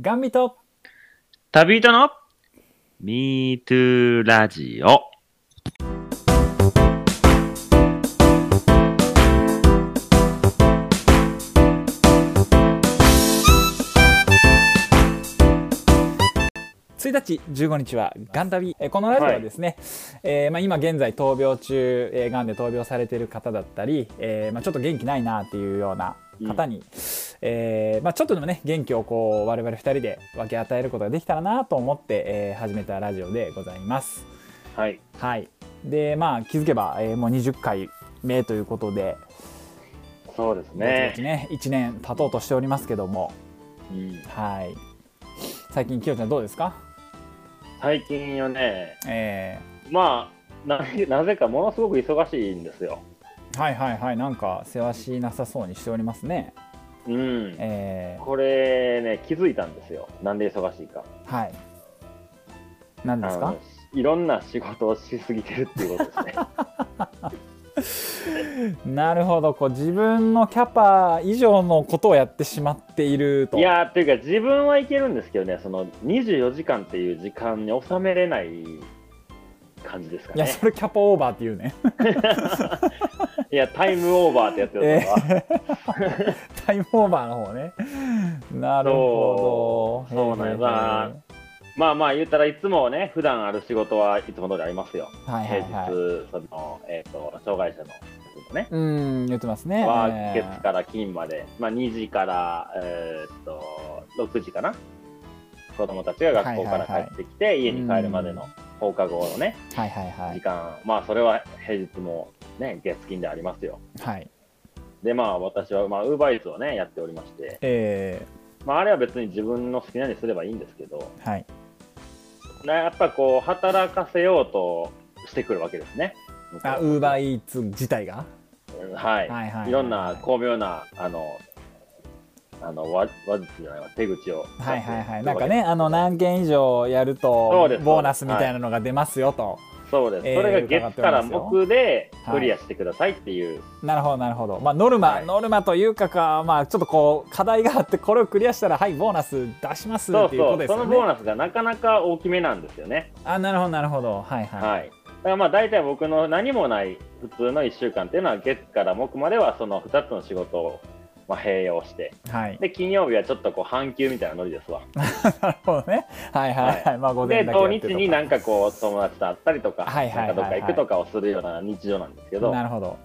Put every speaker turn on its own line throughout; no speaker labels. ガンビと
旅人の Me Too ラジオ。
1日15日はガン旅えーこのラジオはですね、えーまあ、今現在闘病中、えー、ガンで闘病されている方だったり、えーまあ、ちょっと元気ないなっていうような方に、えーまあ、ちょっとでもね元気をこう我々2人で分け与えることができたらなと思って、えー始めたラジオでございます。
はい。
はい、でまあ気づけば、えーもう20回目ということで、
そうです
ぼちぼち。ね1年経とうとしておりますけども、
うん
はい、最近きよちゃんどうですか、
最近はね、
え
まあ、な なぜかものすごく忙しいんですよ。
ーはいはいはいなんかせわしなさそうにしておりますね。
うん。
えー
これね、気づいたんですよ。なんで忙しいか。
はい何です
あ
か
のいろんな仕事をしすぎてるっていうことですね。
なるほどこう自分のキャパ以上のことをやってしまっていると
いやーっていうか自分はいけるんですけどねその24時間っていう時間に収めれない感じですか
いや
ね
それキャパオーバーっていうね
いやタイムオーバーってやつだ
え
から、
タイムオーバーの方ねなるほど
そうそうなんや
へーへーへー
まあまあ言ったらいつもね普段ある仕事はいつも通りありますよ
はいは
平
い
日、
はい
そのえっ、と障害者の人ね
うん言ってますね
は
えー
月から金まで、まあ、2時から、えーっと6時かな子供たちが学校から帰ってきて、家に帰るまでの放課後のね、
はいはいは
時
い
間、まあそれは平日もね月金でありますよ
はい
でまあ私はまあウーバーイーツをねやっておりまして、
え
まあ、あれは別に自分の好きなようにすればいいんですけど
ー、はい
なやっぱこう働かせようとしてくるわけですね
あウーバーイ
イ
ーツ自体が
はい、
はいはい
い
はいはい
ろんな巧妙なあのあのわ話術じゃないわ手口を
はいはいはいなんかねあの何件以上やる
そ
と
うです
ボーナスみたいなのが出ますよと、
そうです、
えー
それが月から木で
はい
クリアしてくださいっていう、
なるほどなるほどまあノルマ、
はい
ノルマというかかまあちょっとこう課題があってこれをクリアしたらはいボーナス出します
そ
っ
う
ていうこ
そ
と
う、
ですよ
そのボー
ね
ナスがなかなか大きめなんですよね
あなるほどなるほどはいはい、
はい。だからまあ大体僕の何もない普通の1週間っていうのは月から木まではその2つの仕事をまあ併用して
はい、
で金曜日はちょっとこう半休みたいなノリですわ
なるほどねはいはいはい、
は
まあ午前
で
だけや
土
ってと
日になんかこう友達と会ったりとか
はいはいはい
なんかどっか行くとかをするような日常なんですけど
なるほど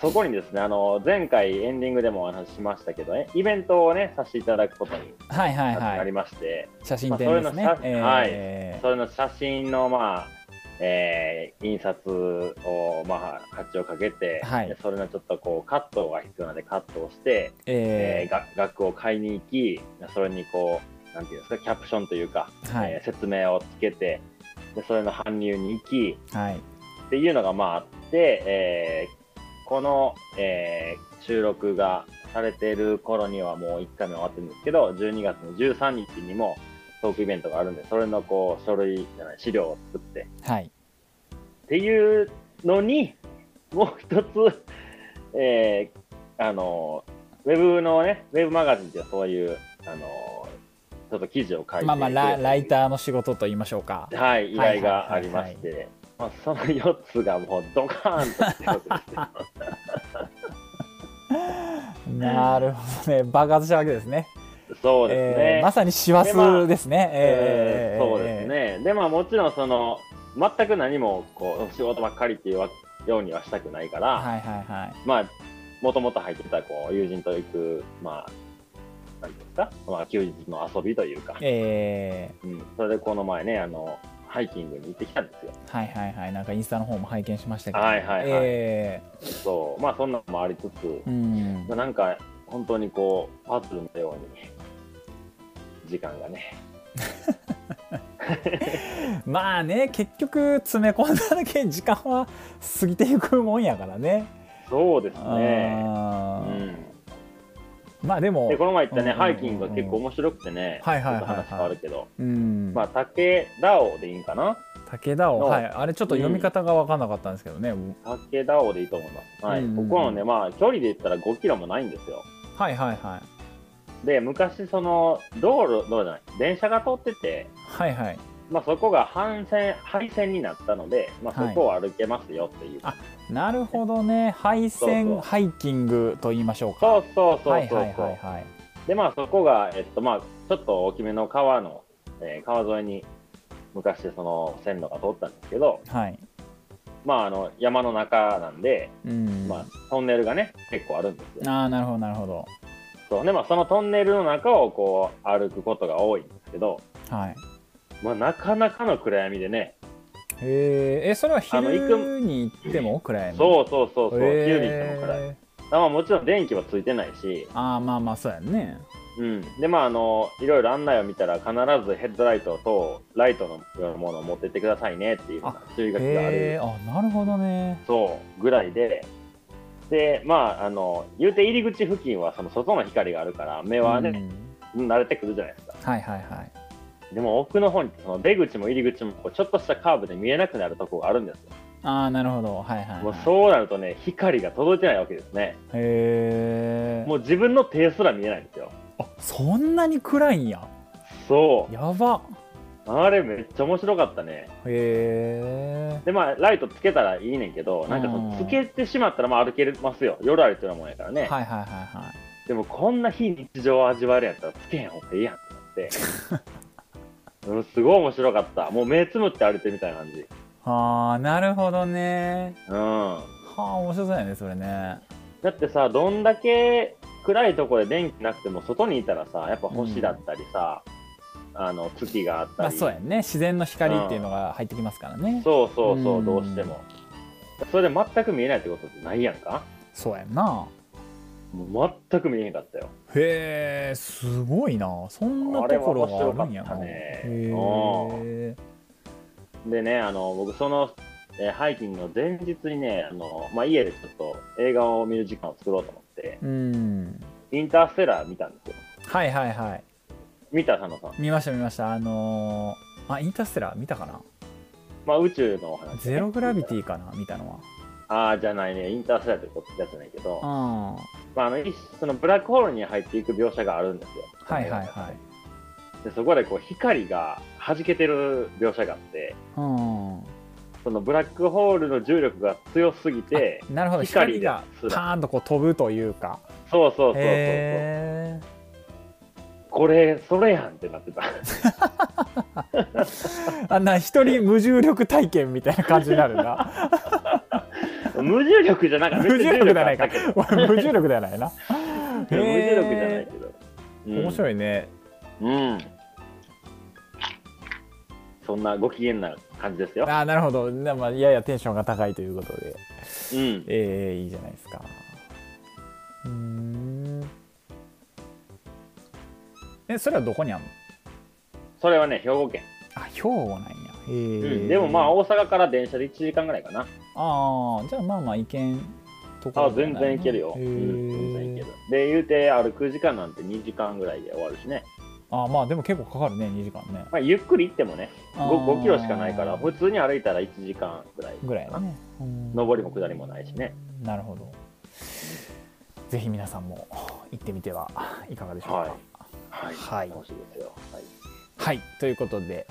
そこにですねあの前回エンディングでもお話ししましたけどねイベントをねさせていただくことに
はいはい
な
は
り
い
まして
写真展ですね、
まあそういうのさ
えー
それの写真のまあえー印刷を、まあ、発注をかけて、
はい
でそれのちょっとこうカットが必要なのでカットをして、え
え
ーが額を買いに行きそれにこうなんていうんですかキャプションというか、
ーは
え
い
ー説明をつけてでそれの搬入に行き
はい
っていうのがまああって、えーこの、えー収録がされてる頃にはもう1回目終わってるんですけど12月の13日にもトークイベントがあるんでそれのこう書類じゃない資料を作って
はい
っていうのにもう一つ、えーあのウェブのねウェブマガジンっていうのはそういうあのちょっと記事を書いて
まあまあラライ
ー
ターの仕事と言いましょう か
はい依頼がありまして、まあ、その4つがもうドカーンと来てるわけです よ
なるほどね爆発したわけですね
そうですね、
えーまさに師走ですね、
え
え
ー
ー
そうですねでまあもちろんその全く何もこう仕事ばっかりっていうわようにはしたくないから、
はいはいはい
まあ、もともと入ってたこう友人と行く、まあ、なんていうんですか、まあ、休日の遊びというか、
え
うん、それでこの前ね、あの、ハイキングに行ってきたんですよ。
ーはいはいはいなんかインスタの方も拝見しましたけど、
はいはいはい
え
そう、まあ、そんなのもありつつ
ー、うん
まあ、なんか、本当にこう、パズルのように、時間がね、
まあね結局詰め込んだだけ時間は過ぎていくもんやからね
そうですね。う
あー
ん、
まあでも
で、この前行ったね、
うんうんうん
ハ
うん
イキングが結構面白くてね、
はいはいはい
ちょっと話変わるけど、
うん
まあ、竹田尾でいいんかな
武田を、
の
はい、あれちょっと読み方が分かんなかったんですけどね、
竹田尾でいいと思います。はい。
うんうんうん
ここのね、まあ、距離で言ったら5キロもないんですよ。
はいはいは
で、昔、その、道路、道路じゃない、電車が通ってて、
はいはい
まあ、そこが廃線、廃線になったので、まあ、そ
はい
こを歩けますよっていう。
あなるほどね配
そうそ
線
う
ハイキングと言いましょうか
そうそうそ
は
う
い
そ
はいう
そ。
はいうはい
で、まあ、そこが、えっと、まあ、ちょっと大きめの川の、えー川沿いに、昔、その、線路が通ったんですけど、
はい
まあ、あの、山の中なんで、
うん、
まあ、トンネルがね、結構あるんですよ。
ああなるほどなるほど
そうでまあ、そのトンネルの中をこう歩くことが多いんですけど、
はい
まあ、なかなかの暗闇でね、
えー、えそれは
あの行
昼に行っても暗闇
そうそうそうそう、
えー
昼に行っても暗い。まあ、もちろん電気はついてないし、
ああまあまあそうやんね
うん、でまああのいろいろ案内を見たら必ずヘッドライトとライトのようなものを持ってってくださいねっていうような注意書きがある、
えー、あなるほどね
そうぐらいで。でまあ、あの言うて入り口付近はその外の光があるから目は
う
ね、
ん
慣れてくるじゃないですか
はいはいはい
でも奥の方にその出口も入り口もこうちょっとしたカーブで見えなくなるとこがあるんですよ
ああなるほどはいはい、
もう
はい、
そうなるとね光が届いてないわけですね
へえ
もう自分の手すら見えないんですよ
あそんなに暗いんや
そう
やば
あれめっちゃ面白かったね
へ
でまあライトつけたらいいねんけどなんかその
うん
つけてしまったらまあ歩けますよ夜歩いてるもんやからね、
えはいはいはいはい
でもこんな非日常を味わえるやったらつけへんほうがいいやんって なってうんすごい面白かったもう目つむって歩いてるみたいな感じ
ああなるほどね
うん
はあ面白そうやねそれね
だってさどんだけ暗いとこで電気なくても外にいたらさやっぱ星だったりさ、あの月があったり、
まあそうやんね自然の光っていうのが入ってきますからね
そうそうそう
うん
どうしてもそれで全く見えないってことってないやんか
そうやんな
もう全く見えへんかったよ
へえすごいなそんなところがあるんやな
あれは面白かったね
へえ
でねあの僕その、えーハイキングの前日にねあの、まあ、家でちょっと映画を見る時間を作ろうと思って
うん
インターステラー見たんですよ
はいはいはい
見た佐野さん、
見ました見ましたあのーあインターステラー見たかな
まあ、宇宙のお話、
ゼログラビティかな見たの
ああじゃないねインターステラーってことやつないけど、
は
まあ、あのいそのブラックホールに入っていく描写があるんですよ
うんはいはいはい
でそこでこう光が弾けてる描写があって
うん
そのブラックホールの重力が強すぎて
なるほど光
光
が
が
パーンとこう飛ぶというか
そうそうそうそうそ
へ
う
え
これそれやんってなってた
あんな一人無重力体験みたいな感じになるな
無重力じゃなかった
無重力じゃないか
無重力あっ
無重力ではないな
たけど無重力じゃないけど、うん
面白いね
うんそんなご機嫌な感じですよ
ああなるほど、なまあ、ややテンションが高いということで、
うん
えー、いいじゃないですかうーんえそれはどこにあるの
それはね兵庫県、
あ兵庫なんやへ
う
ー
ん、でもまあ大阪から電車で1時間ぐらいかな
あーじゃあまあまあ行けんとこ
あ
ろじゃ
全
ないな
然いけるよ、
へー
うん、全然いけるで言うて歩く時間なんて2時間ぐらいで終わるしね、
あーまあでも結構かかるね2時間ね
まあ、ゆっくり行ってもね 5,
あー
キロしかないから普通に歩いたら1時間ぐらい
ぐらいだねうん
上りも下りもないしね
なるほどぜひ皆さんも行ってみてはいかがでしょうか
はいはい、
はい
楽しいですよ、はい、
はい、ということで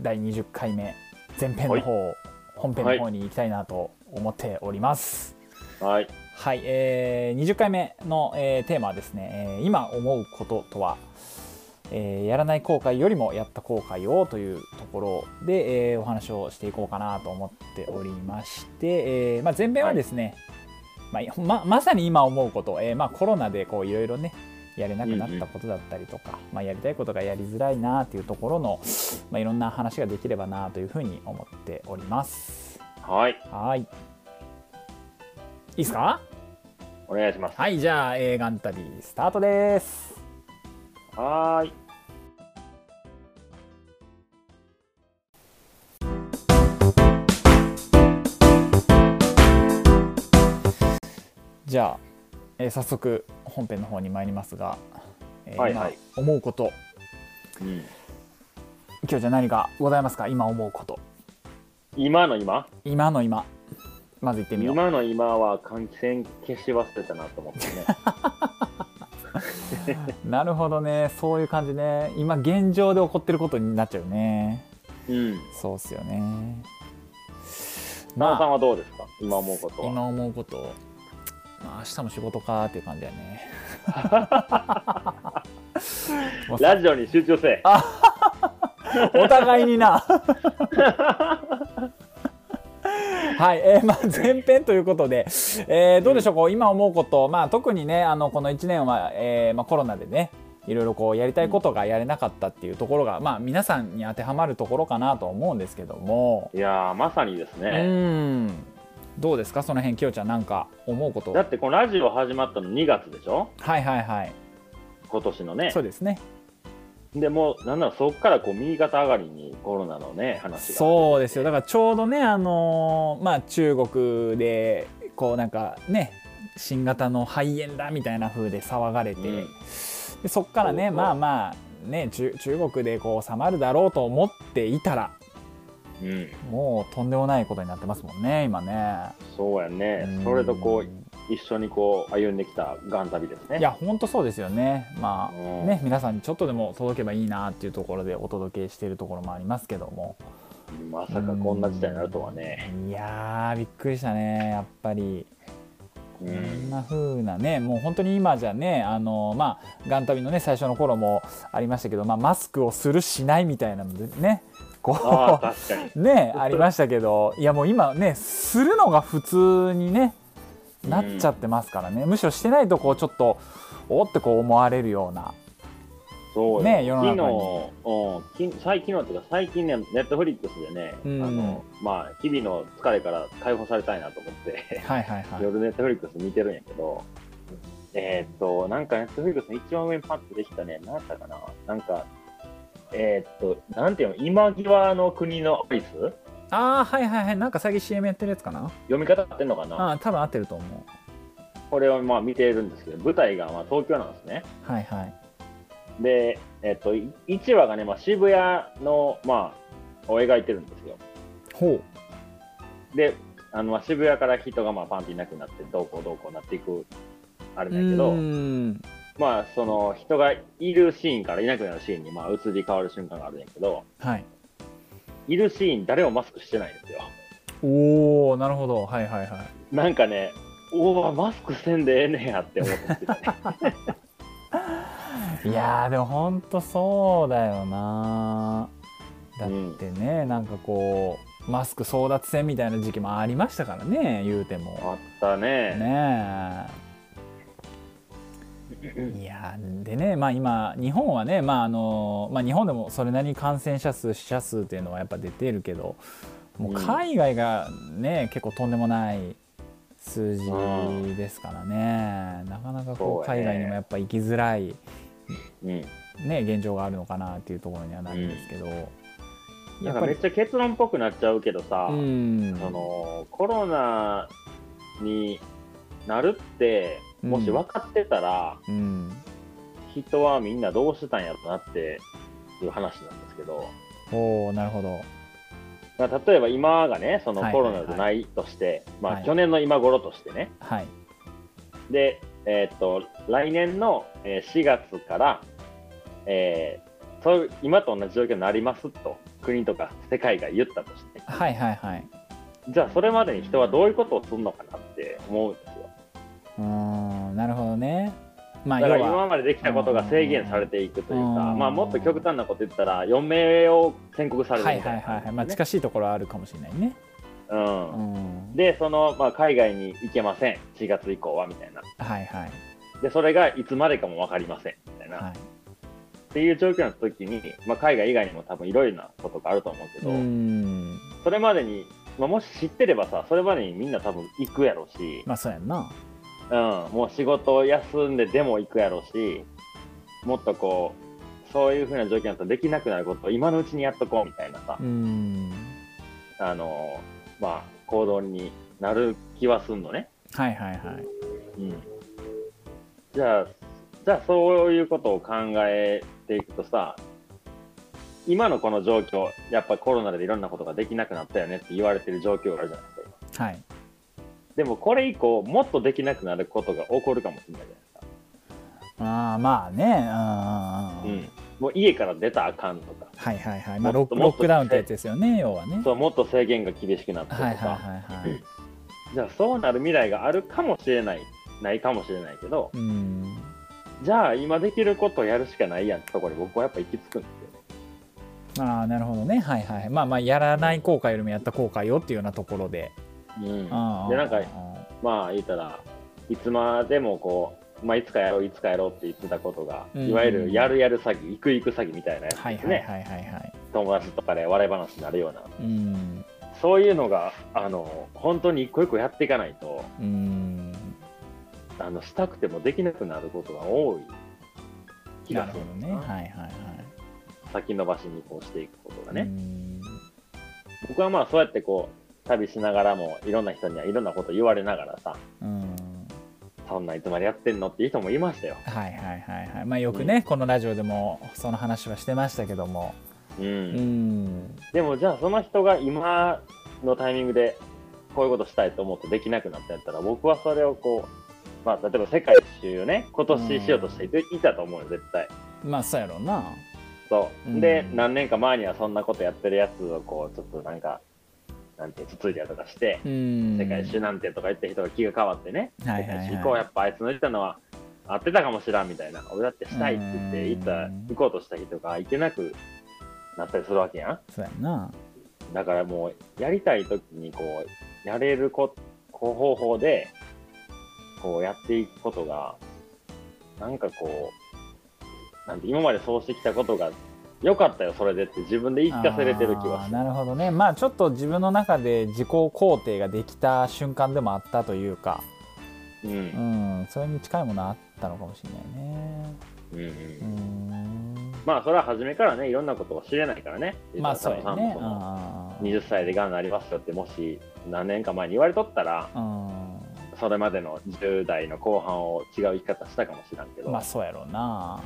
第20回目前編の方、本編の方に行きたいなと思っております。
はい。
はい、えー20回目の、えーテーマはですね、えー今思うこととは、えーやらない後悔よりもやった後悔をというところで、えーお話をしていこうかなと思っておりまして、えーまあ、前編はですね、まあ、ままさに今思うこと、えーまあ、コロナでこういろいろねやれなくなったことだったりとか、まあ、やりたいことがやりづらいなというところの、まあ、いろんな話ができればなというふうに思っております。
はい。
はいいいですか
お願いします。
はい、じゃあ、映画ン旅スタートです。
はーい。
じゃあ、えー早速本編の方に参りますが、えー
はいはい
今思うこと、
うん、
今日じゃあ何かございますか？今思うこと、
今の今
今の今、まず言ってみよう。
今の今は換気扇消し忘れたなと思ってね。
なるほどねそういう感じね今現状で起こってることになっちゃうね
うん。
そうっすよね
まあ、さ
ま
ん
あ
はどうですか今思うことは。
今思うことまあ明日も仕事かーっていう感じだよねもうさ
ラジオに集中せえ。
お互いになはい、えーまあ、前編ということで、えーどうでしょうこう今思うこと、まあ、特にねあのこの1年は、えーまあ、コロナでねいろいろこうやりたいことがやれなかったっていうところが、まあ、皆さんに当てはまるところかなと思うんですけども、
いやー、まさにです
う
ね。
んどうですかその辺きよちゃんなんか思うこと
だ
は
って、このラジオ始まったの2月でしょ
いはいはい
今年のね
そ。うですね
でもう、なんならそこからこう右肩上がりにコロナのね、話が。
そうですよだからちょうどね、あのーまあ、中国でこうなんかね新型の肺炎だみたいな風で騒がれて、
うん
でそっからね
そうそう
まあまあね中中国でこう収まるだろうと思っていたら
うん。
もうとんでもないことになってますもんね今ね。
そうやね
う。ん
それとこう、一緒にこう、歩んできたガン旅ですね。
いや本当そうですよねまあ
うん
ね皆さんにちょっとでも届けばいいなっていうところでお届けしているところもありますけども
まさかこんな事態になるとはね。
いやーびっくりしたねやっぱり。
う
こん
ん。
な風なねもう本当に今じゃねあのまあガン旅のね最初の頃もありましたけど、まあ、マスクをするしないみたいなのでね
ああ、
こ
確かに。
うねありましたけどいやもう今ねするのが普通にねなっちゃってますからね、むしろしてないとこうちょっとおってこう思われるような
そうよ
ね世の中
昨日、うん、き最近のっていうか最近ね、ネットフリックスでね、
うん
あのまあ、日々の疲れから解放されたいなと思って、
はいはいはい
夜ネットフリックス見てるんやけど、えーっと、なんかネットフリックスの一番上にパッとできたね、なんだったかな、なんか、えーっと、なんていうの、今際の国のアリス
ああはいはいはいなんか最近 CM やってるやつかな
読み方合ってんのかな
あー多分合ってると思
これをまあ見てるんですけど、舞台がまあ東京なんですね。
うはいはい
で、えーっと、1話がね、まあ、渋谷の、まあ、を描いてるんですよ。
ほ
であのまあ渋谷から人がまあパンっていなくなってどうこうどうこうなっていくあれ
う
だけど、
うん
まあその人がいるシーンからいなくなるシーンにまあ移り変わる瞬間があるんやけど
はい
いるシーン誰もマスクしてないんですよ
おおなるほどはいはいはい
なんかねおおマスクせんでええねやって思ってた、ね、
いやーでもほんとそうだよなだってね、なんかこうマスク争奪戦みたいな時期もありましたからね言うても
あったね
ねえいやーでねまあ今日本はねまああのまあ日本でもそれなりに感染者数死者数っていうのはやっぱ出てるけどもう
うん
海外がね、結構とんでもない数字ですからね、なかなかこう
そうやね
海外にもやっぱ行きづらい
うん
ね、現状があるのかなっていうところにはなるんですけど、
な
や
ん
っ
か
ぱ
め
り
っちゃ結論っぽくなっちゃうけどさ、
うん
そのコロナになるってもし分かってたら、
うん、
人はみんなどうしてたんやろなっていう話なんですけど、
おおなるほど
まあ、例えば今がねその
はい
コロナじゃないとして、
は
まあ、
い
去年の今頃としてね、
はい
で、えーっと来年のえー4月から、えーそういう今と同じ状況になりますと国とか世界が言ったとして
はいはいはい
じゃあそれまでに人はどういうことをするのかなって思うんですよ
うーんなるほどねまあ
だ
要
から
は
今までできたことが制限されていくというか、
うん
まあ、もっと極端なこと言ったら余命を宣告さ
は
れ
いは
るみ
い
たいな
はいはい、まあ、近しいところはあるかもしれないね、
うん
うん、
で、その、まあ、海外に行けません。4月以降は、みたいな。
はいはい
で、それがいつまでかも分かりません、みたいな。
は
っていう状況の時に、まあ、海外以外にも多分いろいろなことがあると思うけ
い
ど、
うん
それまでに、まあ、もし知ってればさ、それまでにみんな多分行くやろうし、
まあそうやんな
うん、もう仕事を休んででも行くやろうし、もっとこう、そういう風な状況だとできなくなることを今のうちにやっとこうみたいなさ
う、ん
あのーまあ、行動になる気はすんのね。
はいはいはい
うんじゃあ、じゃあそういうことを考えていくとさ、今のこの状況、やっぱコロナでいろんなことができなくなったよねって言われてる状況があるじゃないですか。今
はい
でもこれ以降、もっとできなくなることが起こるかもしれないじゃないですか。
あーまあね
う
うんうんうん
ん、もう家から出たらあかんとか
はいはいはい、まあ、ロ
もっ
ッ
と
ク
も
ロ
っと
ックダウンってやつですよね要はね
そうもっと制限が厳しくなってとか、
はいはいはいはい
じゃあそうなる未来があるかもしれないないかもしれないけど
うん
じゃあ今できることをやるしかないやんってところに僕はやっぱ行き着くんですよね。
ああなるほどねはいはいまあまあやらない後悔よりもやった後悔よっていうようなところで、
うん、で
ああ
なんか
あ
まあ言ったらいつまでもこう、まあ、いつかやろういつかやろうって言ってたことが、
うん
いわゆるやるやる詐欺行く行く詐欺みたいなやつ
あはい
です
は
ね、
いはいはいはい
友達とかで笑い話になるような
うん
そういうのがあの本当に一個一個やっていかないと
うん
あのしたくてもできなくなることが多い気
な
が
る
す
ほ
る
ど
んです
ね
よ
は
な
は
い
いはい
先延ばしにこうしていくことがね、
うん
僕はまあそうやってこう旅しながらもいろんな人にはいろんなこと言われながらさ
うん
そんないつまでやってんのっていう人もいましたよ、
はいはいはいはいまあよくね、このラジオでもその話はしてましたけども
うん
うん
でもじゃあその人が今のタイミングでこういうことしたいと思ってできなくなったやったら僕はそれをこう、まあ、例えば世界一周をね今年しようとしていたと思うよ絶対
まあそうやろうな
そう、
うん
で何年か前にはそんなことやってるやつをこうちょっとなんかなんてつついたりとかして、
うん
世界一周なんてとか言った人が気が変わってね、
はいはいはい
世界一周行こうやっぱあいつの言ったのは合ってたかもしらんみたいな俺だってしたいって言って行った
うん
行こうとした人が行けなくなったりするわけやん
そうやな
だからもうやりたい時にこうやれるここう方法でこうやっていくことがなんかこうなんて今までそうしてきたことが良かったよそれでって自分で言い聞かせれてる気が
あ
す
ー
る。
なるほどねまあちょっと自分の中で自己肯定ができた瞬間でもあったというか
うん
うんそれに近いものあったのかもしれないね
うんう
うんん
まあそれは初めからねいろんなことを知れないからね。
まあそうや
佐藤さんも
ね
そうの
ん
20歳でがんになりますよってもし何年か前に言われとったら
う
それまでの10代の後半を違う生き方したかもしらんけど、
んまあそうやろうな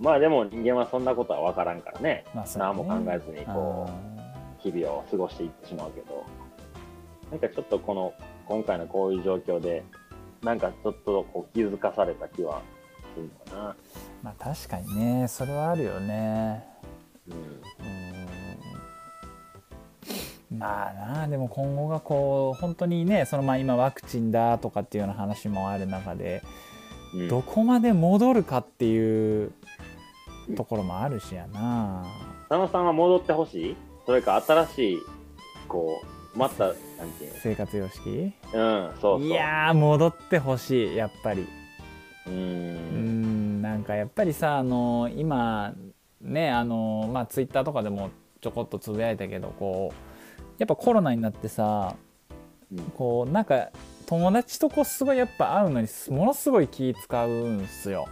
まあでも人間はそんなことは分からんからね
まあそうや
何
ね
も考えずにこう日々を過ごしていってしまうけどなんかちょっとこの今回のこういう状況でなんかちょっとこう気づかされた気はするのかな、
うんまあ確かにねそれはあるよね
うん、
うんまあなあでも今後がこう本当にねそのまあ今ワクチンだとかっていうような話もある中で
うん
どこまで戻るかっていうところもあるしやな
佐野さんは戻ってほしいそれか新しいこうまたなんていう
生活様式
のうんそうそう
いやー戻ってほしいやっぱりう
う
んんなんかやっぱりさあの今ねあのまあツイッターとかでもちょこっとつぶやいたけどこうやっぱコロナになってさ
うん
こうなんか友達とこうすごいやっぱ会うのにものすごい気使うんすよ、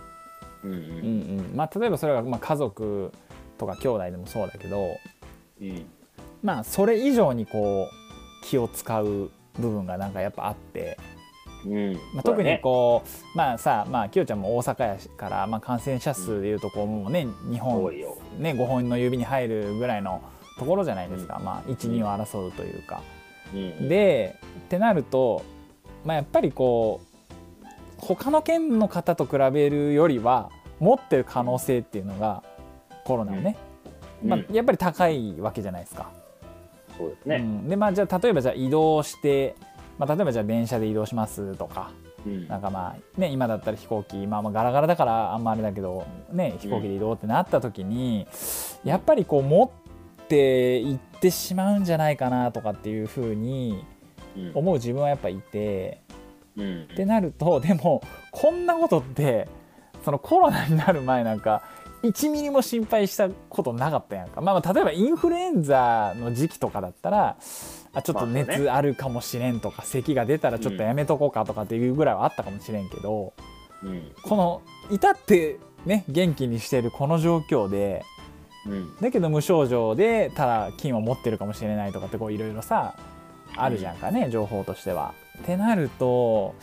うんう
うんうんんまあ、例えばそれがまあ家族とか兄弟でもそうだけど
うん
まあそれ以上にこう気を使う部分がなんかやっぱあって、
うん
まあ、特にこうまあさまあきよちゃんも大阪やしから、まあ、感染者数でいうとこうもうね日
うだね
本
多いよ
ね5本の指に入るぐらいのところじゃないですか、まあ12を争うというか。
うん
でってなると、まあ、やっぱりこう他の県の方と比べるよりは持ってる可能性っていうのがコロナをね、
うん
ま
うん
あ、やっぱり高いわけじゃないですか。
そうです
う
ね
んでまあじゃあ例えばじゃあ移動して、まあ、例えばじゃあ電車で移動しますとか
うん
なんかまあね今だったら飛行機まあまあガラガラだからあんまあれだけどね飛行機で移動ってなった時にやっぱりこう持って行ってしまうんじゃないかなとかっていうふうに
うん
思う自分はやっぱいて
うん
ってなるとでもこんなことってそのコロナになる前なんか1ミリも心配したことなかったやんか、まあ、まあ例えばインフルエンザの時期とかだったらあちょっと
まあそうね
熱あるかもしれんとか、咳が出たらちょっとやめとこうかとかっていうぐらいはあったかもしれんけど、
うん
この至ってね元気にしてるこの状況で
うん
だけど無症状でただ菌を持ってるかもしれないとかってこういろいろさあるじゃんかね、情報としては。ってなると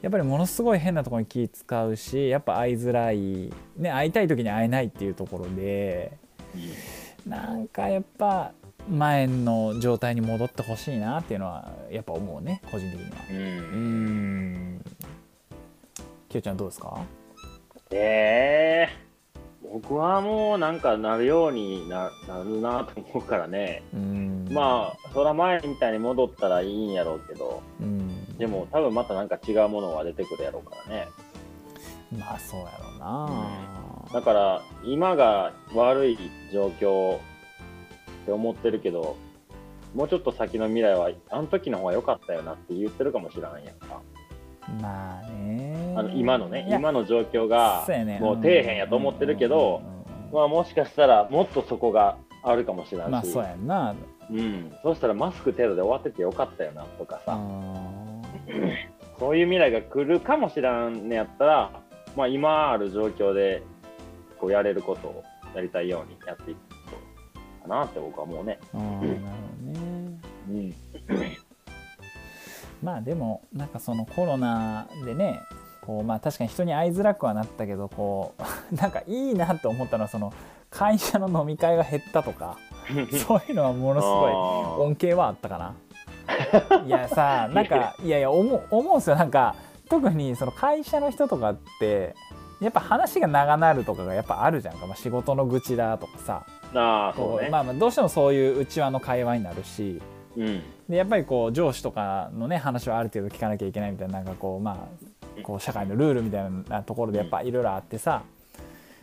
やっぱりものすごい変なところに気使うしやっぱ会いづらい、ね、会いたい時に会えないっていうところで
うん
なんかやっぱ前の状態に戻ってほしいなっていうのはやっぱ思うね個人的には。
う
うんんきよちゃんどうですか
えー、僕はもうなんかなるようにななるなと思うからね。
うん
まあ、そら前みたいに戻ったらいいんやろうけど、
あ、うん、
でも多分またなんか違うものが出てくるやろうからね。
まあそうやろうな、
だから、今が悪い状況って思ってるけど、もうちょっと先の未来は、あの時の方が良かったよなって言ってるかもしれないやんか。
まあね
あの今のね、
いや
今の状況が
そうやね、
もう底辺やと思ってるけど、
うんうんうんうん
まあ、もしかしたらもっとそこがあるかもしれないし、
まあそうやんな
うん、そうしたらマスク程度で終わっててよかったよなとか
う
さ、
ん
そういう未来が来るかもしらんねやったら、まあ、今ある状況でこうやれることをやりたいようにやっていくことかなって僕はもうね、
うんなるほどね
うん、
まあでもなんかそのコロナでねこうまあ確かに人に会いづらくはなったけどこう なんかいいなと思ったのはその会社の飲み会が減ったと かそういうのはものすごい恩恵はあったかな。いや さなんかいやいや思う思うんですよなんか特にその会社の人とかってやっぱ話が長なるとかがやっぱあるじゃんか、まあ、仕事の愚痴だとかさ
あーあー
こ
そう
う
ね、
まあ、まあどうしてもそういう内輪の会話になるし。
うん
でやっぱりこう上司とかのね話はある程度聞かなきゃいけないみたいななんかこうまあこう社会のルールみたいなところでやっぱいろいろあってさ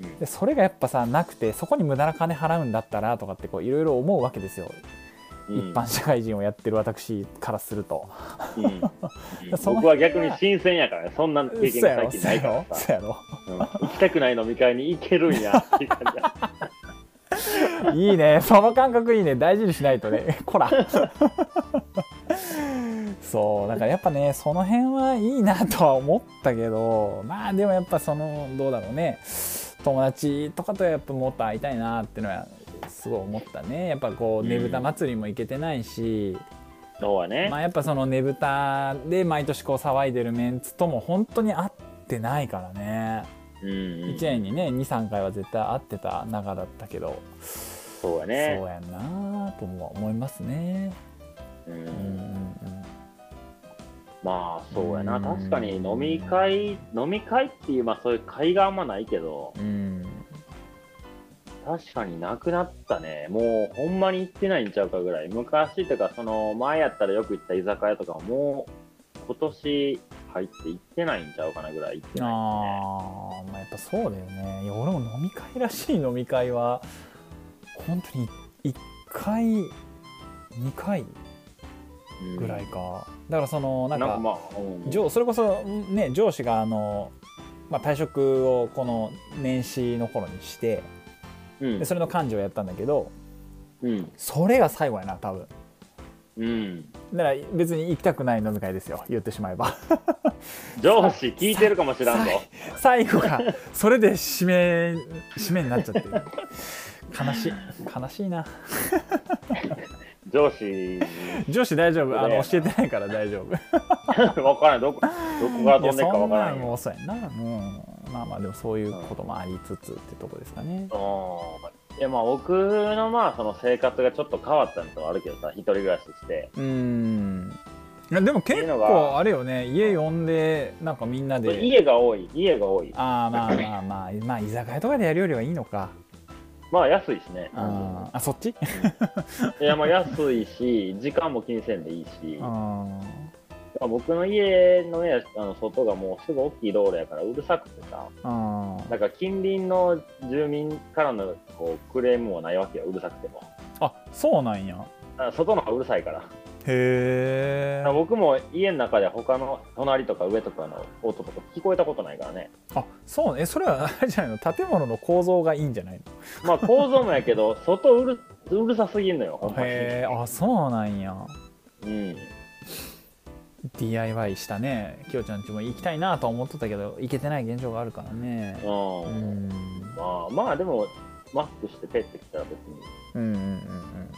うん
でそれがやっぱさなくてそこに無駄な金払うんだったらとかってこういろいろ思うわけですよ
うん
一般社会人をやってる私からすると。
うんうん
その辺は
僕は逆に新鮮やからねそんな経験
そう
が
やろ
最近ないからさ
そうやろ
うん行きたくない飲み会に行けるんやっていう感 じだ
そうやろいい ねその感覚いいね大事にしないとねこらそうだからやっぱねその辺はいいなとは思ったけどまあでもやっぱそのどうだろうね友達とかとやっぱもっと会いたいなってのはすごい思ったねやっぱこう
うん
ねぶた祭りも行けてないし、
そうはね、
まあやっぱそのねぶたで毎年こう騒いでるメンツとも本当に会ってないからね
うんうん
1年にね23回は絶対会ってた中だったけど、
そうやね
そうやんなとも思いますね
う、
うんん
まあそうやな
うん
確かに飲み会飲み会っていうまあそういう会があんまないけど
うんうん
確かになくなったねもうほんまに行ってないんちゃうかぐらい昔とかその前やったらよく行った居酒屋とかももう今年入って行ってないんちゃうかなぐらい行って
あ
な
ー
い
まあやっぱそうだよねいや俺も飲み会らしい飲み会は本当に1回2回
ですね
ぐらいか、だからその
う
なんん
なんか
か
まあ、うん
上それこそ、ね、上司があの、まあ、退職をこの年始の頃にして
うん
でそれの幹事をやったんだけど
うん
それが最後やな多分
うん
だから別に行きたくない飲み会ですよ言ってしまえば
上司聞いてるかもしらんぞ
最後がそれで締め締めになっちゃってる悲しい悲しいな
上司
女子大丈夫あの教えてないから大 丈夫
わからんどこどこから
いや
飛んでるか
そ
わ
ん
か
な
らん
ん
よ
もうそうやなうんまあまあでもそういうこともありつつってとこですかね
うんいやまあ僕のまあその生活がちょっと変わったのとはあるけどさ一人暮らしして
うんいやでも結
っていうのが
構あれよね家呼んでなんかみんなで
家が多い家が多い
ああまあまあまあまあ居酒屋とかでやるよりはいいのか
まあ安いしね
あーあそっち
いやまあ安いし時間も気にせんでいいし
う
ま
ん
あ僕の家のねあの外がもうすぐ大きい道路やからうるさくてさ
うん
なんか近隣の住民からのこうクレームもないわけようるさくても
あそうなんや
あ外の方がうるさいから
へえ
僕も家の中で他の隣とか上とかの音とか聞こえたことないからね
あそうねそれはあれじゃないの建物の構造がいいんじゃない
まあ構造もやけど、外うるうるさすぎんのよ、ほ
の
んまに。
へえあそうなんや
うん、
DIY したねきよちゃんちも行きたいなとは思っとったけど行けてない現状があるからねう
うんんまあ、まあでも、マスクしてペッてきたら別に、
うんうんうんうん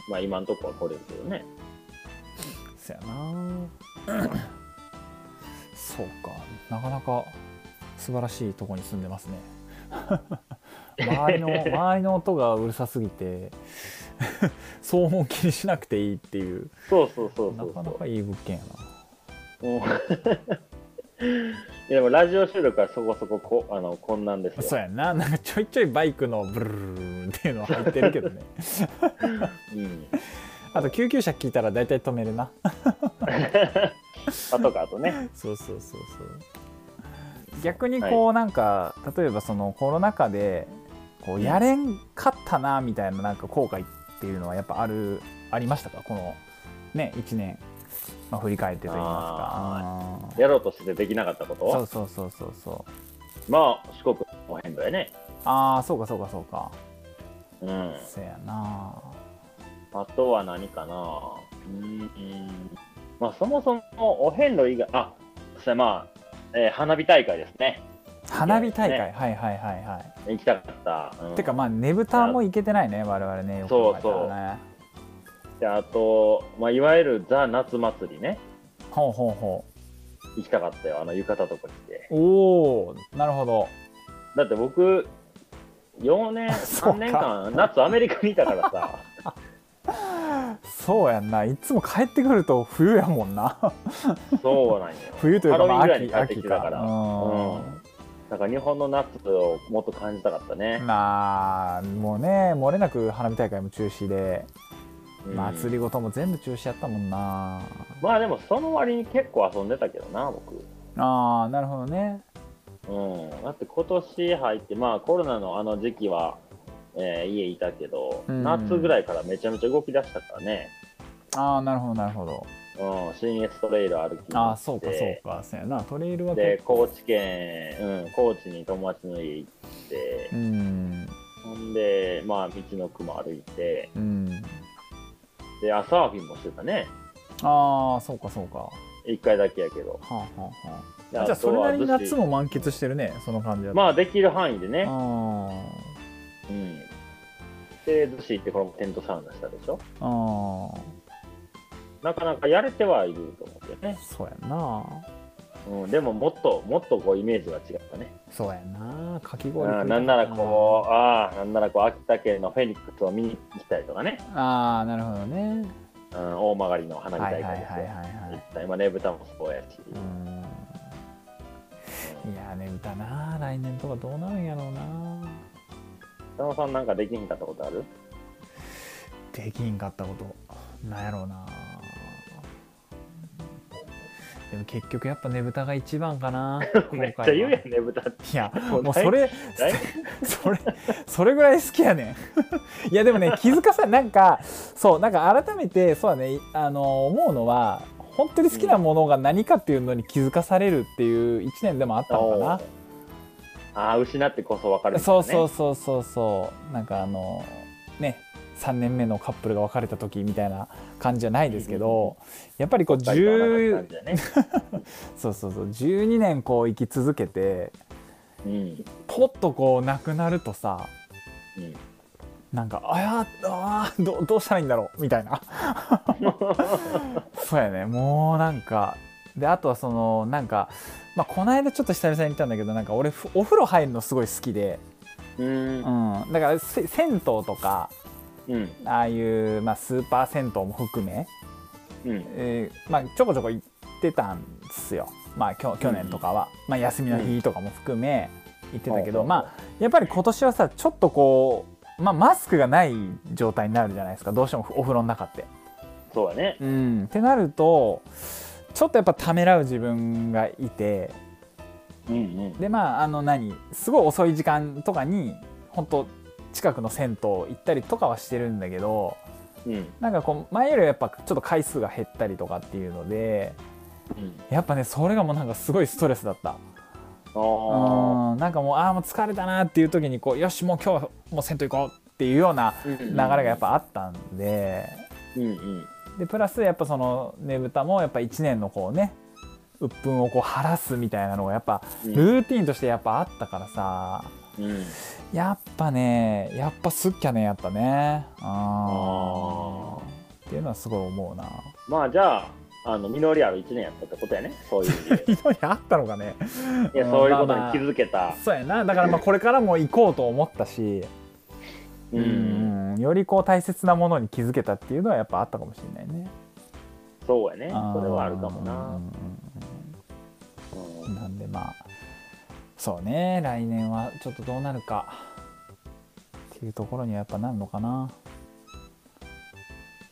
まあ今のところは来れるけどね。
そやなそうかなかなか素晴らしいとこに住んでますね 周りの周りの音がうるさすぎて 騒音気にしなくていいっていう
そうそうそうそ
な
う
かな
そう
かいい物件やな
うん。 やでもラジオ収録はそこそここあの困難ですよ
そうやんななんかちょいちょいバイクのブルルルルルっていうのは入ってるけど ね
うん、
あと救急車聞いたら大体止めるな
パトカーとね、
そうそうそうそう逆にこうなんか、例えばそのコロナ禍でこうやれんかったなみたいななんか後悔っていうのはやっぱあるありましたかこのね1年、まあ、振り返ってと言いますか
やろうとしてできなかったこ
うんそう
と、
そうそうそうそう
まあ、四国の変だよね。
ああそうかそうかそうか
うん、
せやな
あとは何かな、うんうんまあ、そもそもお遍路以外、あそしてまあ、えー花火大会ですね、
花火大会、
ね
はいはいはいはい、
行きたかった。うん
てかまあねぶたも行けてないね我々ねよく考えたらね
であと、まあ、いわゆるザ・夏祭りね、
ほうほうほ
行きたかったよ、あの浴衣とか着て。
うおおなるほど
だって僕、4年、
そうか
3年間、夏アメリカにいたからさ、
そうやんないつも帰ってくると冬やもんな
そうなんよ。
冬というかまあ
ハロウィ
秋
ンぐらいに帰っ
秋
てきたから
か
だから日本の夏をもっと感じたかった
う
ね
ん。まあもうね漏れなく花火大会も中止で
うん
祭りごとも全部中止やったもんな、
まあでも、その割に結構遊んでたけどな、僕。
ああなるほどね
うん、だって今年入って、まあコロナのあの時期は、えー家いたけど、
うん
夏ぐらいからめちゃめちゃ動き出したからね、
ああなるほどなるほど
うん、新エストレイル歩きに行って
ああそうかそうかそうやなトレイルは
で
結構
高知県、うん、高知に友達の家行って
う、ん
ほんで、まあ、道の熊歩いて、
うん
で、あサーフィンもしてたね、
ああそうかそうかは
一回だけやけど、
あ、はあは
で
あ、じゃあそ
と
れ
は
なりに
逗
夏
子
も満喫してるねその感じだと
まあ、できる範囲で
あ
ね、
ー
うん、で、逗子行って、これもテントサウナしたでしょ、
あー
なかなかやれてはいると思うけどね。
そうやんな
うん、でももっともっとこうイメージが違ったね。
そうやなかき
う
氷食いたい
ん、なんならこう、ああ、なんならこう秋田県のフェニックスを見に行きたいとかね、
ああなるほどね
うん、大曲りの花火
はいは
大
いはいはい
会ですよ。
は
行
い
った今ねぶたもそうやし、
う
うん
ーんいやーね歌な来年とかどうなるんやろうな
佐野さんなんかできひんかったことある
できんかったことなんやろうなでも結局やっぱねぶたが一番かな
めっち
今
ゃ言
回
う
は
やんねぶたって
いや
もう
もうそれ
だい
それそれぐらい好きやねん いやでもね気づかさなんかそうなんか改めてそうだねあの思うのは本当に好きなものが何かっていうのに気づかされるっていう一年でもあったのかな、
ああ失ってこそ分かるみたい
そ
な
う
ね、
そうそうそうそうなんかあのね3年目のカップルが別れた時みたいな感じじゃないですけどやっぱりこう
大体同じ
10
感じだね
そうそうそう12年こう生き続けて
うん
ポッとこうなくなるとさ
うん
なんかあやあーどうどうしたらいいんだろうみたいな そうやねもうなんかであとはそのなんか、まあ、この間ちょっと久々に行ったんだけどなんか俺ふお風呂入るのすごい好きで、
うん
うん、だからせ銭湯とか
うん
ああいう、まあ、スーパー銭湯も含め、
うん
えーまあ、ちょこちょこ行ってたんですよ、まあ、きょ去年とかは、まあ、休みの日とかも含め行ってたけど、
うん
まあ、やっぱり今年はさちょっとこう、まあ、マスクがない状態になるじゃないですかどうしてもお風呂の中って。
そうだね
うん、ってなるとちょっとやっぱためらう自分がいて
うんうん
でまああの何すごい遅い時間とかに本当近くの銭湯行ったりとかはしてるんだけど。
うん
なんかこう前よりはやっぱちょっと回数が減ったりとかっていうので
うん
やっぱねそれがもうなんかすごいストレスだった
あ
うんなんかもうああもう疲れたなっていう時にこうよしもう今日もう銭湯行こうっていうような
流
流れがやっぱあったんで
うんうん
でプラスやっぱそのねぶたもやっぱ1年のこうね鬱憤をこう晴らすみたいなのがやっぱ
う
ル
ん
ーティンとしてやっぱあったからさ
うん
やっぱねやっぱすっきゃねやったねうん
あ
っていうのはすごい思うな
まあじゃああの実りある1年やったってことやねそういう 意味で
ひどいあったのかね
いやそういうことに気づけた、
そうやなだからまあこれからも行こうと思ったし、
うん
うんよりこう大切なものに気づけたっていうのはやっぱあったかもしれないね。
そうやね
あー
それはあるかも
うんうん
な
うん
うん
なんでまあそうね来年はちょっとどうなるかっていうところにはやっぱなるのかな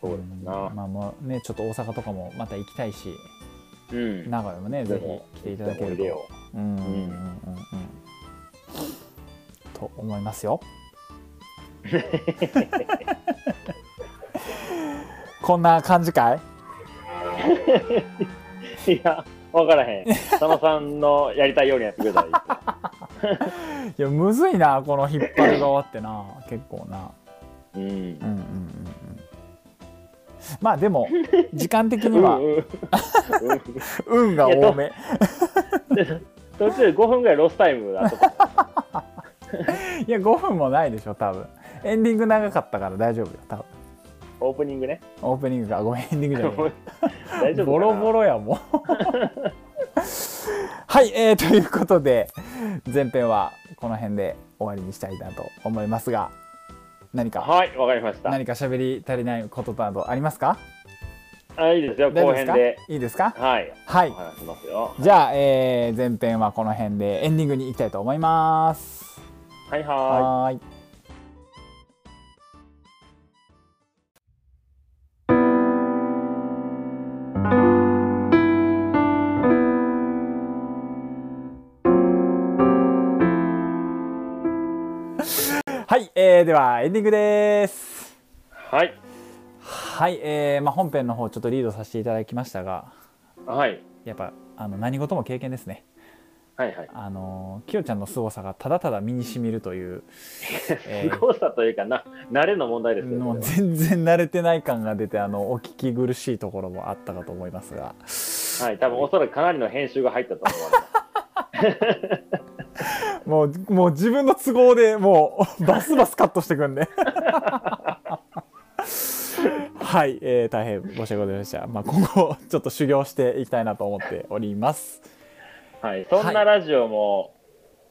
そうです
ん
な。
まあもうねちょっと大阪とかもまた行きたいし
うん。
名古屋もね
ぜ
ぜ
ひ
ひ来ていただける
おいで
と
よ
うんうんうんうん
うん
と思います よこんな感じかい
いや、わからへん。佐野さんのやりたいようにやってください。
いやむずいなこの引っ張る側ってな結構な
うん
うん。うんうんうんまあでも時間的には
うんうん
運が多め
途中5分ぐらいロスタイムだと思
いや5分もないでしょ多分エンディング長かったから大丈夫よ多分
うオープニングね。
オープニングがごめんエンディングじゃない
大丈夫か
ボ
な
ロボロやもうはい、えー、ということで前編はこの辺で終わりにしたいなと思いますが何か
はい、わかりました。
何か喋り足りないことなどありますか
あ、いいですよ、
大丈夫
後
です
編
か
で。
いいですか
はい。
はい
お話しますよ。
じゃあ、えー前編はこの辺でエンディングに行きたいと思います。
はいは
はーい。はい、えーではエンディングです。
ーい。はい。
はい、えーまあ本編の方ちょっとリードさせていただきましたが、
はい。
やっぱあの何事も経験ですね。
はいはい。
あのキヨちゃんの凄さがただただ身にしみるという、え
すごさというかな、慣れの問題ですよ
ーもう
ね。
全然慣れてない感が出てあのお聞き苦しいところもあったかと思いますが
はい、多分おそらくかなりの編集が入ったと思う。
もうもう自分の都合でもうバスバスカットしてく んではい、えー大変申し訳ございませんでした、まあ、今後ちょっと修行していきたいなと思っております
はい、そんなラジオも、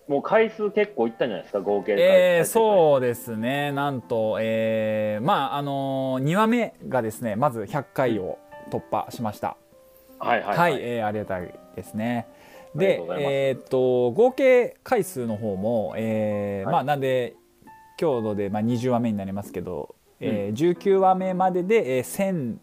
もう回数結構いったんじゃないですか、合計で。
えー、そうですねなんと、えーまああの2話目がですねまず100回を突破しました
う。はいはい、
は、
はいい。
えーありがたいですね。
ありが
で
とうございます
えーっと合計回数の方も、えー
はい
まあなんで今日ので、まあ、20話目になりますけど、えー19話目までで、えー1000、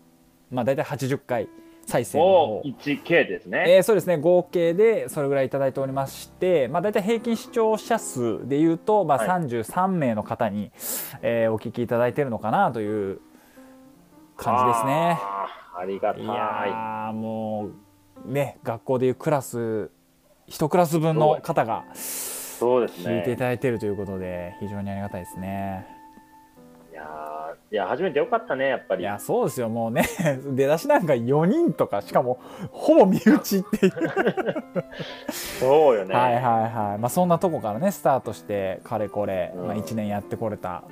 まあ、大体80回再生の方
おお、、1K ですね。
えーそうですね合計でそれぐらいいただいておりまして、まあ、大体平均視聴者数でいうと、まあ、
はい
33名の方に、えーお聞きいただいてるのかなという感じですね。
あー。ありがたい。
いやーもうね学校でいうクラス一クラス分の方が
そうです
聞いてい
ね。
ただいているということで非常にありがたいですね
いやー、いや初めてよかったね、やっぱ
い
り。
やそうですよもうね 出だしなんか4人とかしかもほぼ身内っていう
そうよね。
はいはいはい、まあ、そんなとこからねスタートしてかれこれ、
うん
まあ、1年やってこれた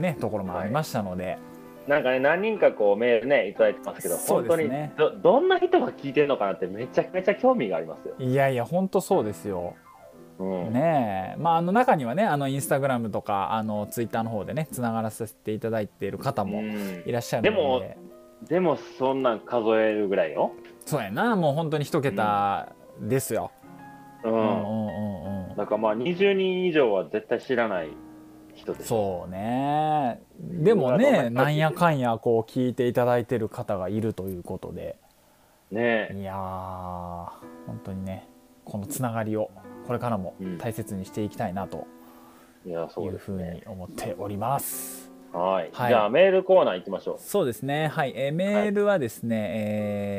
ねところもありましたので、
なんかね、何人かこうメールね、いただいてますけど、
そう
本
で
当
す
に
ね
どどんな人が聞いてるのかなって、めちゃめちゃ興味がありますよ。
い、やいやほんとそうですよ
うん、
ねえまああの中にはねあのインスタグラムとかあのツイッターの方でねつながらせていただいている方も
うん
いらっしゃるので
でもでも、そんなん数えるぐらいよ。
そうやなもう本当に一桁ですよ、う
う
ん、うん
ん
うんうん
だからまあ20人以上は絶対知らない人ですよ
そうねでもねなんやかんやこう聞いていただいてる方がいるということで
ね
いやー本当にねこのつながりをこれからも大切にしていきたいなと
えいや
い
そう
う
です
ふう
ね
に思っております。
はい、
はい
じゃあメールコーナー行きましょ
そうですね、はい、えーメールはですね、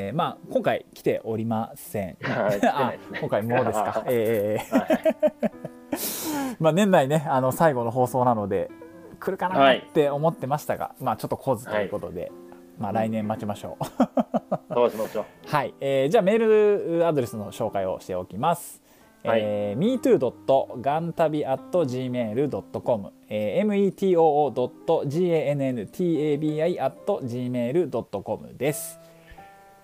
えーまあ、今回来ておりません。
うはい来て
あ
ないですね、
今回もうですか えー
はい
まあ、年内ねあの最後の放送なので来るかな
はい
って思ってましたが、まあ、ちょっと来ずということで、まあ、来年待ちまし ょう。
そうしましょう
はい、えーじゃあメールアドレスの紹介をしておきます。
はい
えー metoo.gantabi.gmail.com、えー、metoo.gantabi.gmail.com です。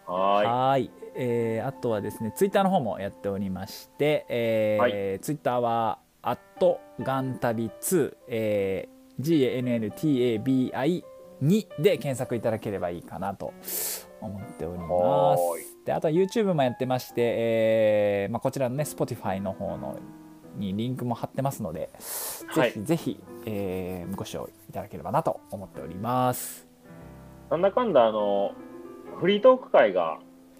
はーい
はいえーあとはですねツイッターの方もやっておりまして、えーツイッターは「アットガンタビ2」えー、GANNTABI2 で検索いただければいいかなと思っておりま
はーい
す。であとは YouTube もやってまして、えーまあ、こちらのね Spotify の方のにリンクも貼ってますので
はい
ぜひぜひ、えーご視聴いただければなと思っております
なんだかんだ、あの、フリートーク会が、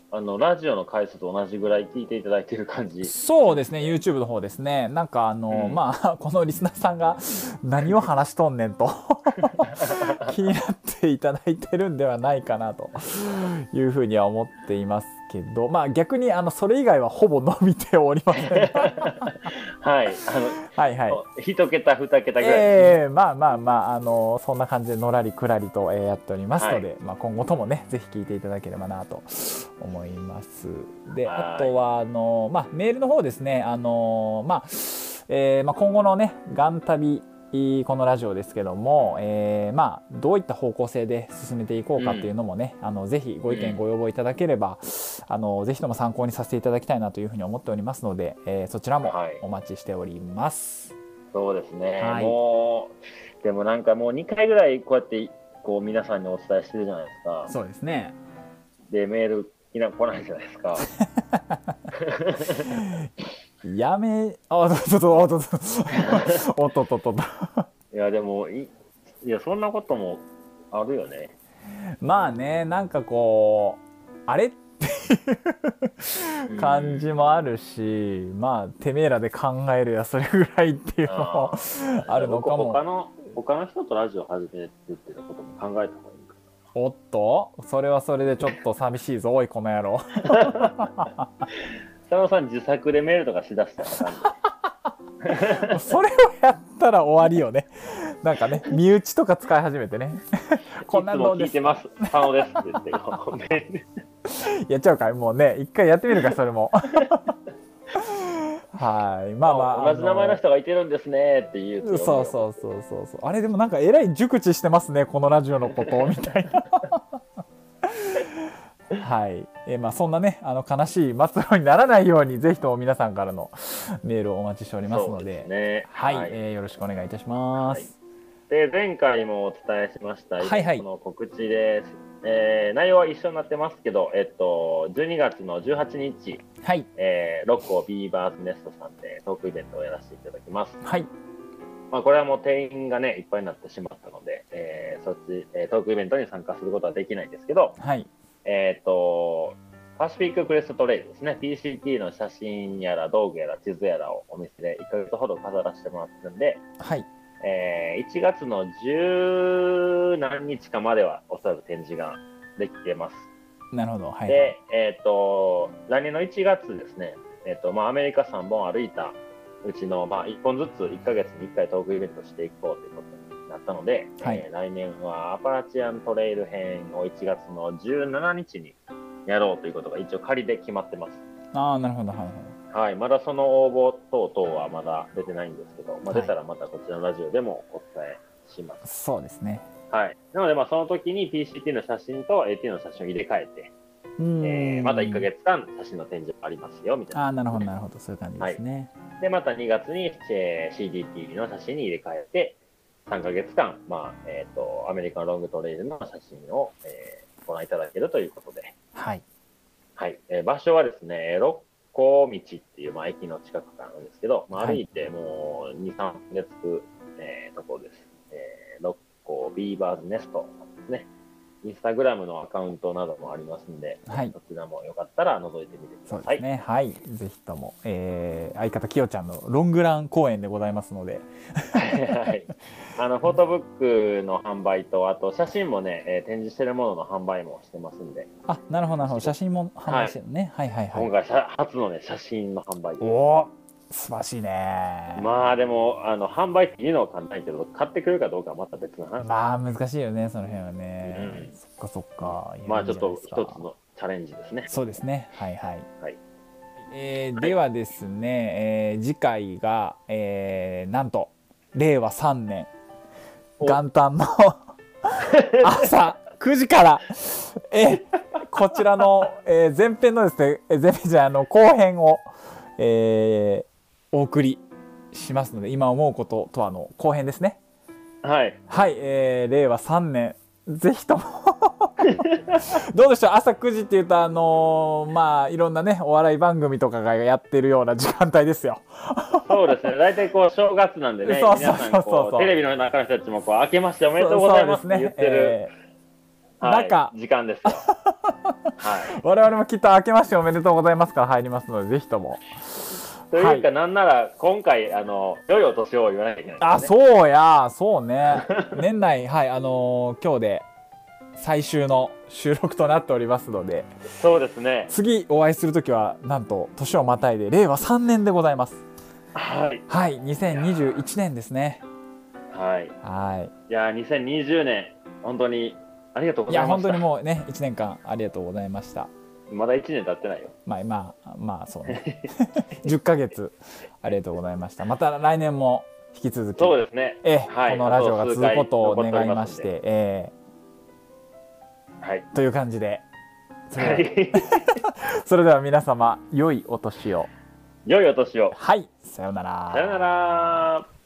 あの、ラジオの回数と同じぐらい聞いていただいてる感じ。
そうですね YouTube の方ですねなんかあの、
うん
まあ このリスナーさんが何を話しとんねん と気になっていただいてるんではないかなというふうには思っていますけどまあ逆にあのそれ以外はほぼ伸びておりません
はい。
はいは
あ
い
の、一桁、二桁ぐらい。
ええまあまあまあ、あのそんな感じでのらりくらりと、えーやっておりますので、まあ、今後ともねぜひ聞いていただければなと思います。で
はい
あとはあの、まあ、メールの方ですね、あのまあえーまあ、今後のね「ガン旅このラジオですけども、えーまあ、どういった方向性で進めていこうかっていうのもね、あのぜひご意
うん
見ご要望いただければ、あのぜひとも参考にさせていただきたいなというふうに思っておりますので、えーそちらも
はい
お待ちしております。
そうですね、
はい
もう、でもなんかもう2回ぐらいこうやってこう皆さんにお伝えしてるじゃないですか。
そうですね
で、メール来な来ないじゃないで すか。
やめ、あ、おっとっと、おっとっと、おっとっとっと、
いや、でもい、いや、そんなこともあるよね。
まあね、なんかこう、あれっていう感じもあるし、まあ、てめえらで考えるや、それぐらいっていうのも
あ
あるのか
僕他
も。
の、他の人とラジオ始めるっていうことも考えた方がいいか
おっと、それはそれでちょっと寂しいぞ、おい、この野郎。
な。佐野さん自作でメールとかしだしたらあかんね
それをやったら終わりよね。なんかね、身内とか使い始め てね。 こんない
つ
の
も
で
聞い
す
て。ます。佐野ですって言って、 こうメール
やっちゃうかいもうね一回やってみるかそれも はいまあまあ
同じ名前の人がいてるんですねって言う
あのそうそうそうそうそうあれでもなんかえらい熟知してますねこのラジオのことみた いなはいえーまあそんなねあの悲しい末路にならないようにぜひとも皆さんからのメールをお待ちしておりますの
そう
で
ですね。
はい、えーよろしくお願いいたします、
で前回もお伝えしました、
はいはい
この告知です、えー内容は一緒になってますけど、えっと、12月の18日、
はい
えー、六甲ビーバーズネストさんでトークイベントをやらせていただきます、
はい
まあ、これはもう定員がねいっぱいになってしまったので、えーそっちえートークイベントに参加することはできないんですけど、
はい
えーっとパシフィッククレストトレイルですね PCT の写真やら道具やら地図やらをお店で1ヶ月ほど飾らせてもらってるんで、
はい
えー1月の十何日かまではおそらく展示ができてます。
なるほどはい
で、えっ、と、来年の1月ですね、えっ、と、まあ、アメリカ3本歩いたうちの、まあ、1本ずつ1ヶ月に1回トークイベントしていこうということになったので、
はい
えー来年はアパラチアントレイル編を1月の17日にやろうということが一応仮で決まってます。
ああなるほどはいはい
はい、まだその応募等々はまだ出てないんですけど、まあ、
はい
出たらまたこちらのラジオでもお伝えします。
そうですね
はい。なので、まあ、その時に PCT の写真と AT の写真を入れ替えて、
うーん
えーまた1ヶ月間写真の展示がありますよ、みたいな。
ああなるほどなるほどそういう感じですね、
で、また2月に、えー CDT の写真に入れ替えて、3ヶ月間、まあ、えっ、と、アメリカンロングトレイルの写真を、えーご覧いただけるということで、
はい
はい。えー場所はですね、えー六甲道っていう、まあ、駅の近くからなんですけど、まあ、
はい
歩いてもう2、3ヶ月着く、えーところです。えー六甲ビーバーズネストですね。インスタグラムのアカウントなどもありますんで、
はい
そちらもよかったら覗いてみてく
そう
だ
で
さい。
すねはい、ぜひとも、えー相方きよちゃんのロングラン公演でございますので
はい、あのフォトブックの販売と、あと写真もね、えー展示してるものの販売もしてますんで、
あなるほどなるほど写真も販売してるね、はい、はいはい
今回さ初のね、写真の販売
お。お素晴らしいね
まあでも、あの販売っていうのは簡単やけど、買ってくれるかどうかはまた別の話。
まあ難しいよねその辺はね、
うん
そっかそっかいや
まあ
いい
ち
じ
ょ
ゃ
っ
ない
と
です
一
か
つのチャレンジですね。
そうですねはいはい、
はい
えーではですね、えー次回が、えーなんと令和3年
お
元旦の 朝9時から、えーこちらの、えー前編のですねえー前編じゃないあの後編を、えーお送りしますので今思うこととはの後編ですね
はい。
はい、えー令和3年ぜひとも どうでしょう朝9時っていうとあのーまあいろんなねお笑い番組とかがやってるような時間帯ですよ
そうですね、大体こう正月なんでね、
そうそうそう
皆
そう
さんこう、テレビの中の人たちもこう、明けまして おめでとうございますって言ってる、
えー
はい
中
時間 ですよ。は
ー
い、
我々もきっと明けましておめでとうございますから入りますのでぜひとも
というか、
はい
なんなら今回、あの良いお年を言わなきゃいけない、
あそうやそうね年内はいあのー今日で最終の収録となっておりますので
そうですね。
次お会いする時はなんと年をまたいで令和3年でございます
はい、
はい2021年ですね
はい、
はい
いやー、2020年、本当にありがとうご
い
ざ
や
いま
本
し
当
た。
にもうね1年間ありがとうございました
まだ1年経ってないよ。
まあまあまあそう ね10ヶ月ありがとうございましたまた来年も引き続き
そうですね。
ええ
はい
このラジオが続くことを
あと数回
願いまして
残
え
はい。
えという感じでそ
は
れではいそれでは皆様良いお年を
良いお年を。
はいさようなら
さよなら。